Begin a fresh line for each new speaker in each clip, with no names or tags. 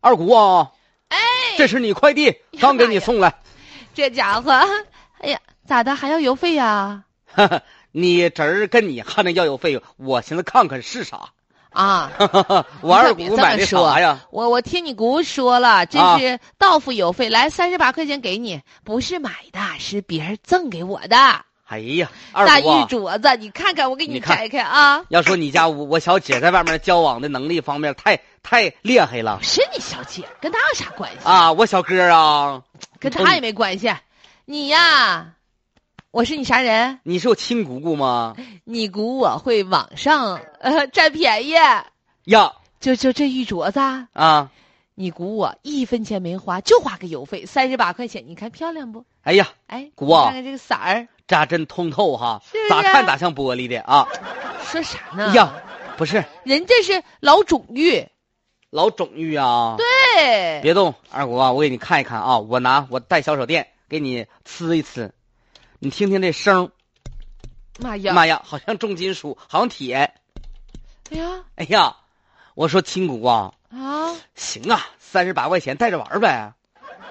二姑啊，
哎，
这是你快递，刚给你送来。
这家伙，哎呀，咋的还要邮费呀？
你侄儿跟你还能要邮费用，我寻思看看是啥。
啊，
我
你
二
可别
姑
这
买
么
的
说
啥呀？
我我听你姑说了，这
啊
是到付邮费，来三十八块钱给你，不是买的，是别人赠给我的
哎呀，二
大
姑
玉
啊，
镯子，你看看，我给
你看
拆开啊。
要说你家我我小姐在外面交往的能力方面太太厉害了
不是你小姐，跟她有啥关系？
啊！我小哥啊，
跟
瞅
她也没关系。你呀，我是你啥人？
你是我亲姑姑吗？
你估我会网上呃占便宜，
呀
就就这玉镯子啊，
啊！
你估我一分钱没花，就花个邮费三十八块钱，你看漂亮不？
哎呀，
哎，
姑啊
你看看这个色儿，
扎针通透哈
是不，是啊嗯
咋看咋像玻璃的啊！
说啥呢？
呀，不是
人家是老种玉，
老种玉啊！
对，
别动，二姑啊，我给你看一看啊，我拿我带小手电给你呲一呲，你听听这声儿，
妈呀，
妈呀，好像重金属，好像铁。
哎呀
哎呀，我说亲姑啊，
啊，
行啊，三十八块钱带着玩儿呗，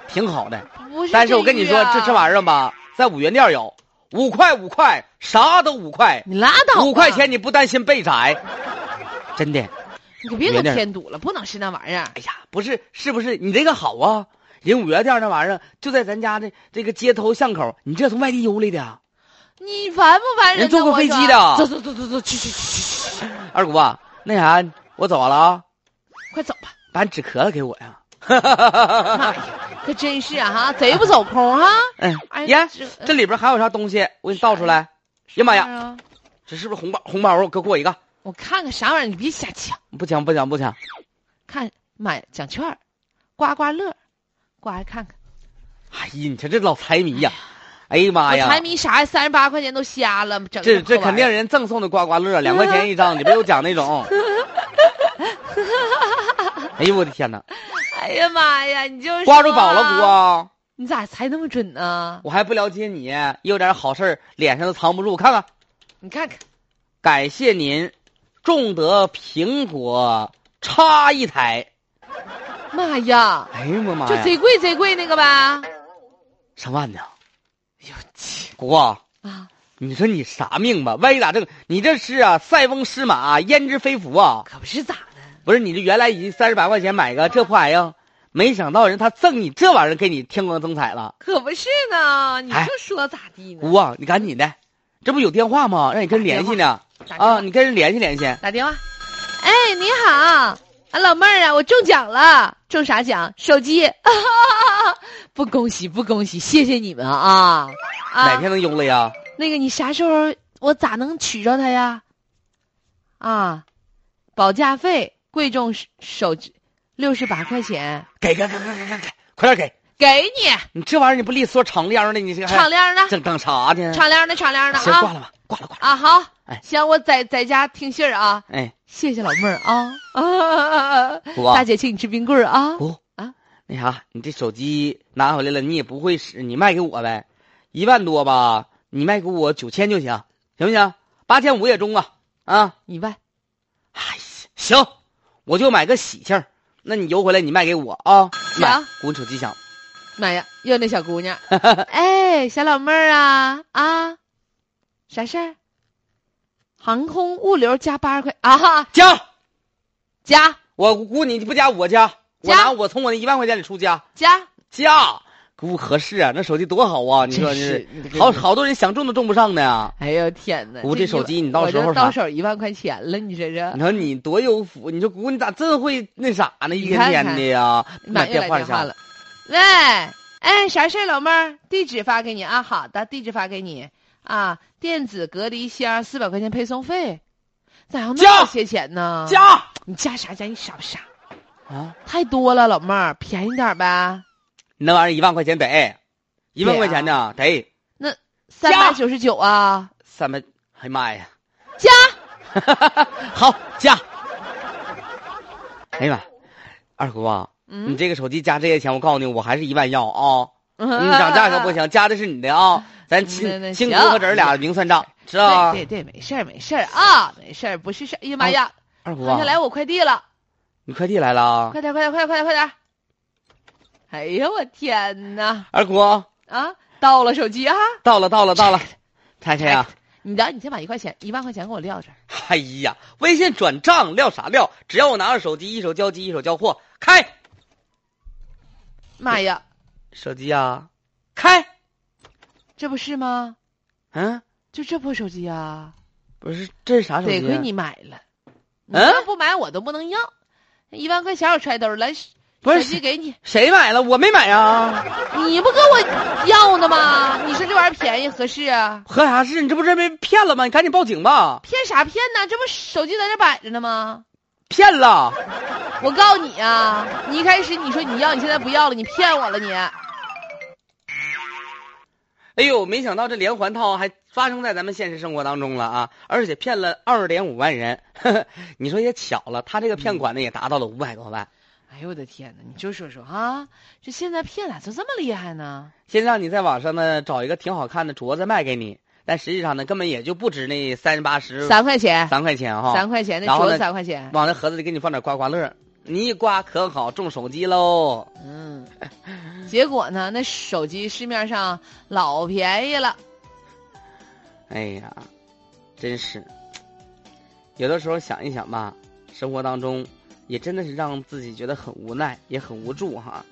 挺好的。
不是、
但是我跟你说，这这
意
玩意儿吧，在五元店有，五块五块，啥都五块，
你拉倒吧，
五块钱你不担心被宰？真的，
你可别给
别
我
那儿
添堵了，不能是那玩意儿。
哎呀，不是，是不是你这个好啊？人五元店那玩意儿就在咱家的这个街头巷口，你这从外地邮来的啊？
你烦不烦
人
人呢？
坐过
我
飞
说
机的
走走走走走，去去去去去，去
二姑啊，那啥，我走了啊，
快走吧！
把你纸壳子给我呀。
妈呀，可真是啊哈，贼不走空哈、
嗯，
哎
呀，
这哎
这里边还有啥东西？我给你倒出来。呀妈呀，
呀！
这是不是红包？红包，我给我一个。
我看看啥玩意儿，你别瞎抢。
不抢，不抢，不抢。
看买奖券儿，刮刮乐，刮来看看。
哎呀，你瞧这老财迷呀！哎呀妈呀
我，财迷啥呀？三十八块钱都瞎了，整
这这
破
肯
玩意
定
儿
人赠送的刮刮乐，两块钱一 张，里边有奖那种。哎呦我的天哪，
哎呀妈呀，你就是
刮着宝了
说
不
啊？
啊？
你咋猜那么准呢？
我还不了解你，有点好事儿脸上都藏不住。看看，
你看看，
感谢您，种得苹果插一台。
妈呀，
哎呦我妈
就
呀，
贼贵贼贵那个呗。
上万呢！
哟去
姑啊，
啊，
你说你啥命吧？万一咋整？你这是啊，塞翁失马，焉知非福啊！
可不是咋的。
不是你这原来已经三十八块钱买个这破玩意儿，没想到人他赠你这玩意儿给你添光增彩了。
可不是呢，你
哎
就说咋地呢？
姑啊，你赶紧的，这不有电话吗？让你跟人联系呢
打电话
啊！你跟人联系联系。
打电话。哎，你好，啊老妹儿啊，我中奖了，中啥奖？手机。 不恭喜不恭喜，谢谢你们啊
哪
啊！
天能邮了呀？
那个你啥时候我咋能取着它呀？啊，保价费贵重手手机六十八块钱，
给给给给给给给，快点给！
给你
你这玩意儿你不利索敞亮的，你这还
敞亮的，
整整啥呢？
敞亮的，敞亮的
行，挂
啊
了吧，挂了挂了。
啊好
哎，
行，我在在家听信儿啊，
哎，
谢谢老妹儿啊啊！
姑啊
大，姐请你吃冰棍儿啊。
姑
啊，
那啥，哎你这手机拿回来了，你也不会使，你卖给我呗，一万多吧，你卖给我九千就行，行不行？八千五也中啊啊！
一万，
哎，行，我就买个喜庆儿。那你邮回来，你卖给我啊！
行
买，给我手机响。
妈呀，又那小 姑娘，哎，小老妹儿啊啊，啥事儿？航空物流加八十块啊哈，
加，
加
我估你不加，我加，我
加
拿我从我那一万块钱里出加
加，
加，姑合适啊！那手机多好啊！你说
真是你这
这好
个
好多人想中都中不上呢。
哎呦天哪！
我这手机
一
你到
我
时
这
候
到
啥
手一万块钱了，你这是
你说你多有福，你说姑你咋这会那啥呢？一
你
天
看
天
看
的呀，
妈
买
又
电
来
话
电话了，喂，哎，啥事儿，老妹儿？地址发给你啊，好的，地址发给你啊，电子隔离箱四百块钱配送费，咋要那
加
么些钱呢？
加
你加啥加？你傻不傻？
啊！
太多了，老妹儿，便宜点儿呗。
你那玩意儿一万块钱得，一万块钱呢
啊
得
三
加
百九十九啊，
三百。哎呀妈呀！
加
好加。哎呀妈，二姑啊，
嗯
你这个手机加这些钱，我告诉你，我还是一万要啊！
你
你涨价可不。行，加的是你的 啊！咱
那
亲
那
亲姑
行
和侄儿俩明算账，知道吧
对？对对，没事儿没事儿啊，没事儿，不是事儿。哎呀妈呀，
二姑
好
啊
像，来我快递了，
你快递来了啊，
快点快点快点快点快点，哎呀，我天哪！
二姑，
啊，到了手机啊！
到了，到了，到 了，拆开呀、
你的，你先把一块钱、一万块钱给我撂这儿。
哎呀，微信转账撂啥撂？只要我拿着手机，一手交机，一手交货，开
妈呀，
手机啊，开，
这不是吗？
嗯，
就这破手机啊！
不是，这是啥手机、啊
得亏，你买了，你
嗯
要不买我都不能要。一万块钱我揣兜儿来，
不是
手机给你，
谁买了？我没买啊，
你不跟我要呢吗？你说这玩意儿便宜合适啊？
合啥事？你这不是被骗了吗？你赶紧报警吧，
骗啥骗呢？这不手机在这摆着呢吗？
骗了。
我告诉你啊，你一开始你说你要，你现在不要了，你骗我了你。
哎呦，没想到这连环套还发生在咱们现实生活当中了啊！而且骗了二点五万人，呵呵你说也巧了，他这个骗款呢也达到了五百多万。
哎呦我的天哪！你就说说啊，这现在骗咋就这么厉害呢？
先让你在网上呢找一个挺好看的镯子卖给你，但实际上呢根本也就不值那三八十
三块钱，
三块钱哈。
三块钱那
然后
镯
呢
子三块钱。
往那盒子里给你放点刮刮乐，你一刮可好，中手机喽。
嗯，结果呢，那手机市面上老便宜了。
哎呀，真是，有的时候想一想吧，生活当中也真的是让自己觉得很无奈，也很无助哈。